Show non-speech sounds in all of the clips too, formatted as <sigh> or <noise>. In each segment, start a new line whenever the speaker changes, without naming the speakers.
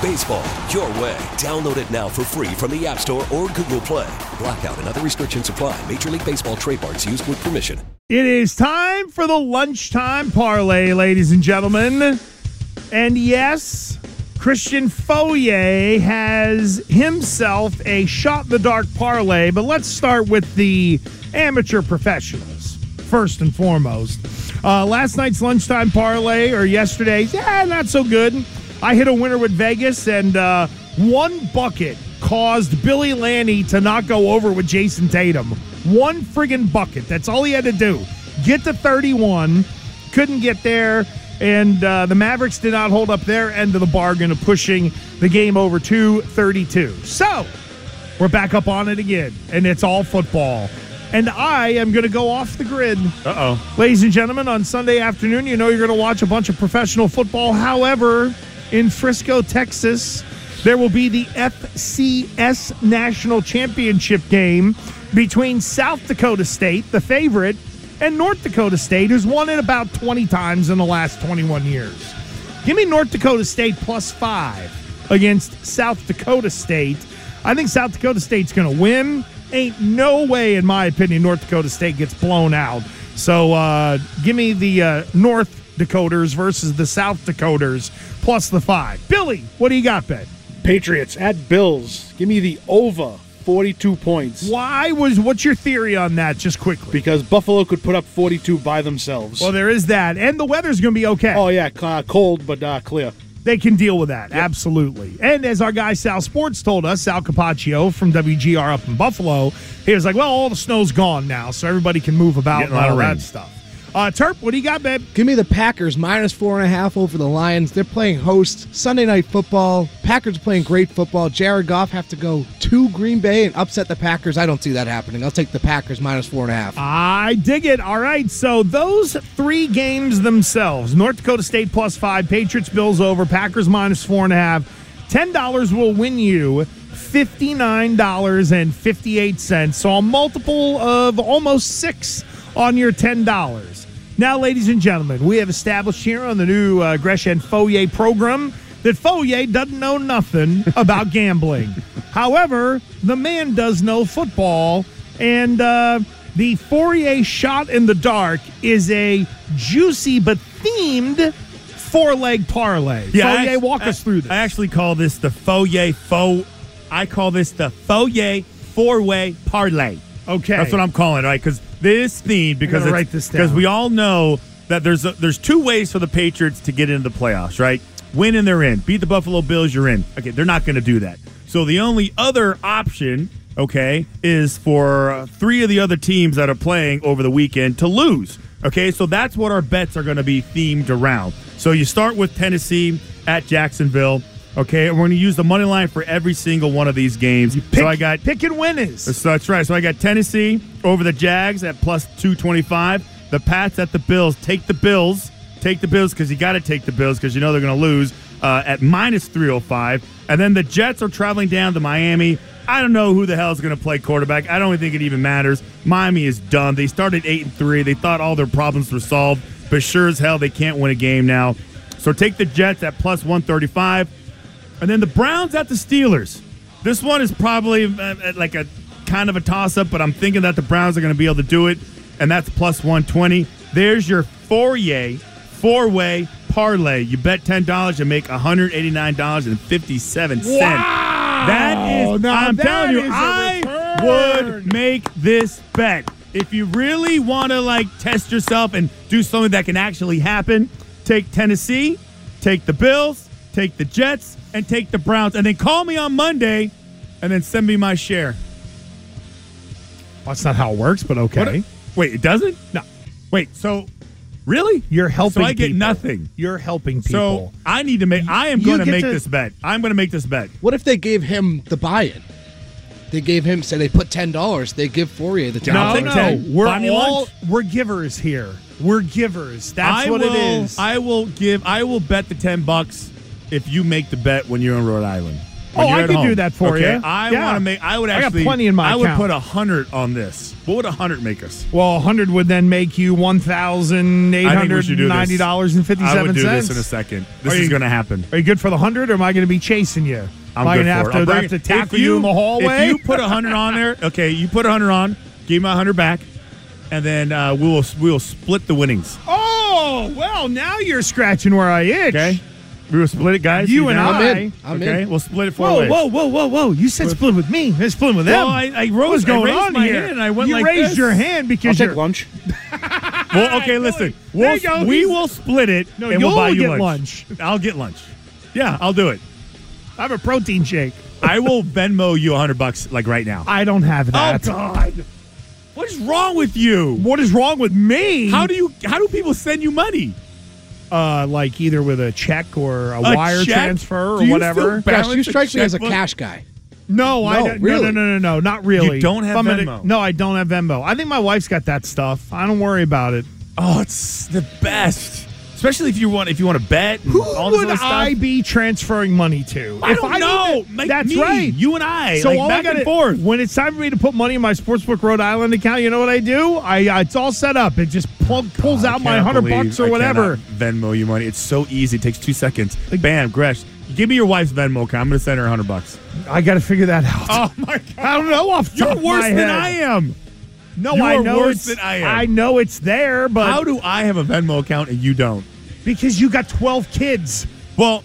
Baseball, your way. Download it now for free from the App Store or Google Play. Blackout and other restrictions apply. Major League Baseball trademarks used with permission.
It is time for the lunchtime parlay, ladies and gentlemen. And yes, Christian Foyer has himself a shot in the dark parlay, but let's start with the amateur professionals first and foremost. Uh, last night's lunchtime parlay, or yesterday's, yeah, not so good. I hit a winner with Vegas, and uh, one bucket caused Billy Lanny to not go over with Jason Tatum. One friggin' bucket. That's all he had to do. Get to 31, couldn't get there, and uh, the Mavericks did not hold up their end of the bargain of pushing the game over to 32. So, we're back up on it again, and it's all football. And I am going to go off the grid. Uh oh. Ladies and gentlemen, on Sunday afternoon, you know you're going to watch a bunch of professional football. However, in Frisco, Texas, there will be the FCS National Championship game between South Dakota State, the favorite, and North Dakota State, who's won it about 20 times in the last 21 years. Give me North Dakota State plus five against South Dakota State. I think South Dakota State's going to win. Ain't no way, in my opinion, North Dakota State gets blown out. So uh, give me the uh, North Dakoters versus the South Dakoters plus the five. Billy, what do you got, Ben?
Patriots at Bills. Give me the over 42 points
Why was what's your theory on that? Just quickly.
because Buffalo could put up 42 by themselves.
Well, there is that, and the weather's going to be okay.
oh yeah, c- uh, cold but uh, clear.
they can deal with that. Absolutely. And as our guy Sal Sports told us, Sal Capaccio from WGR up in Buffalo, he was like, well, all the snow's gone now, so everybody can move about and
a lot
all
of rain.
that stuff. Uh, Terp, what do you got, babe?
Give me the Packers minus four and a half over the Lions. They're playing host Sunday night football. Packers are playing great football. Jared Goff have to go to Green Bay and upset the Packers. I don't see that happening. I'll take the Packers minus four and a half.
I dig it. All right. So those three games themselves North Dakota State plus five, Patriots, Bills over, Packers minus four and a half. $10 will win you $59.58. So a multiple of almost six on your $10. Now, ladies and gentlemen, we have established here on the new uh, Gresh and Foyer program that Foyer doesn't know nothing <laughs> about gambling. However, the man does know football, and uh, the Fourier shot in the dark is a juicy but themed four leg parlay. Fourier,
I act-
walk us
I-
through this.
I actually call this the Foyer faux. I call this the Foyer four way parlay.
okay.
That's what I'm calling it, right? Because this theme, because
gotta
it's-
write this down.
because we all know that there's a, there's two ways for the Patriots to get into the playoffs, right? Win and they're in. Beat the Buffalo Bills, you're in. Okay, they're not going to do that. So the only other option, okay, is for uh, three of the other teams that are playing over the weekend to lose. Okay, so that's what our bets are going to be themed around. So you start with Tennessee at Jacksonville. Okay, and we're going to use the money line for every single one of these games.
Pick-
so I got
picking winners.
so that's right. So I got Tennessee over the Jags at plus 225. The Pats at the Bills. Take the Bills. Take the Bills because you got to take the Bills because you know they're going to lose uh, at minus 305. And then the Jets are traveling down to Miami. I don't know who the hell is going to play quarterback. I don't think it even matters. Miami is done. They started 8 and 3. They thought all their problems were solved, but sure as hell they can't win a game now. So take the Jets at plus 135. And then the Browns at the Steelers. This one is probably uh, uh, like a kind of a toss up, but I'm thinking that the Browns are going to be able to do it, and that's plus 120. There's your Fourier four way parlay. You bet $10 and make $189.57. That
Wow!
is,
Now
I'm
that
telling you,
is a
I
return.
would make this bet. If you really want to like test yourself and do something that can actually happen, take Tennessee, take the Bills, take the Jets, and take the Browns, and then call me on Monday, and then send me my share.
Well, that's not how it works, but okay.
What- Wait, it doesn't? No. Wait. So, really?
You're helping.
So I get
people.
nothing.
You're helping
So
people.
I need to make. I am
You
going to
get
make
to-
this bet. I'm going to make this bet.
What if they gave him the buy-in? They gave him, said they put $10. They give Fourier the $10.
I'll
Oh, No,
take
no,
ten.
we're
Buy me
all
lunch.
we're givers here. We're givers. That's
I
what
will,
it is.
I will give. I will bet the ten bucks if you make the bet when you're in Rhode Island.
Oh,
When you're
I
at
could do
home.
that for
okay?
you.
I
Yeah.
want to make. I would
I got
actually.
plenty in my
I would
account.
put a hundred on this. What would a hundred make us?
well, 100 would then make you
I think we should do this.
$1,890.57.
I would do this in a second. This
Are
is
you-
going to happen.
Are you good for the 100 or am I going to be chasing you? am
I'm
I
good
going to
for
have
it. I'll
to
bring
have
it.
to
If
tackle
you-
you, in the hallway?
If you put a hundred on there, okay, you put a hundred on, give me a hundred back, and then uh, we will we will split the winnings.
<laughs> oh, well, now you're scratching where I itch.
Okay, we will split it, guys.
You and
down?
I-
I'm in. I'm
okay,
in.
we'll split it four
Whoa,
ways.
whoa, whoa, whoa, whoa. You said split with me. You're splitting with them.
Well, I, I rose,
What's going
I raised
on
my
here?
hand and I went
you
like
raised
this.
your hand
I'll
because
take
you're.
lunch.
Well, okay,
Billy.
listen.
There
We'll,
you go.
We
He's-
will split it.
No,
and we'll
you'll
buy you
get
lunch. I'll get lunch. Yeah, I'll do it.
I have a protein shake. <laughs>
I will Venmo you a hundred bucks like right now.
I don't have that.
God! What is wrong with you?
What is wrong with me?
How do you? How do people send you money?
uh, like either with a check or a,
A
wire
check?
transfer or
Do you
whatever.
feel
Gosh,
bad?
you
Balance the
strike me as a
checkbook.
cash guy.
No, I
No,
don't, no, no,
really?
no, no, no, not really.
don't have
If I'm at a-
Venmo?
no, I don't have Venmo. I think my wife's got that stuff. I don't worry about it.
Oh, it's the best. Especially if you want if you want to bet. And
Who
all this
would
other stuff.
I be transferring money to?
I
If
don't
need
know.
it-
Make
that's
me,
right.
You and I.
so
like,
all
back
I gotta,
and forth.
When it's time for me to put money in my Sportsbook Rhode Island account, you know what I do? I uh, it's all set up. It just plug, pulls out my
cannot
hundred
believe
bucks or
I
whatever.
cannot Venmo you money. It's so easy. It takes two seconds. Bam, Gresh. Give me your wife's Venmo account. I'm gonna send her hundred bucks.
I got to figure that out.
<laughs> Oh my god.
I don't know. Off the
You're
top of
worse
my
than
head.
I am.
No,
You
I
are
know it's-
worse than I am.
I know it's there, but
How do I have a Venmo account and you don't?
because you got twelve kids.
Well,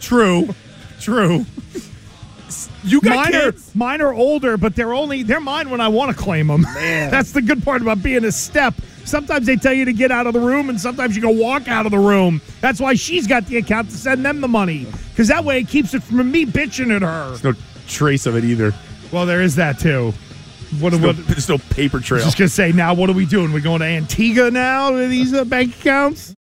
true. True. You got
mine
kids.
Are, mine are older, but they're only they're mine when I want to claim them. <laughs> That's the good part about being a step. Sometimes they tell you to get out of the room, and sometimes you can walk out of the room. That's why she's got the account to send them the money, because that way it keeps it from me bitching at her.
No trace of it either.
Well, there is that too. What?
No,
what I
there's no paper
was
trail. <laughs>
just gonna say now. What are we doing? We're going to Antigua now with these uh, bank accounts.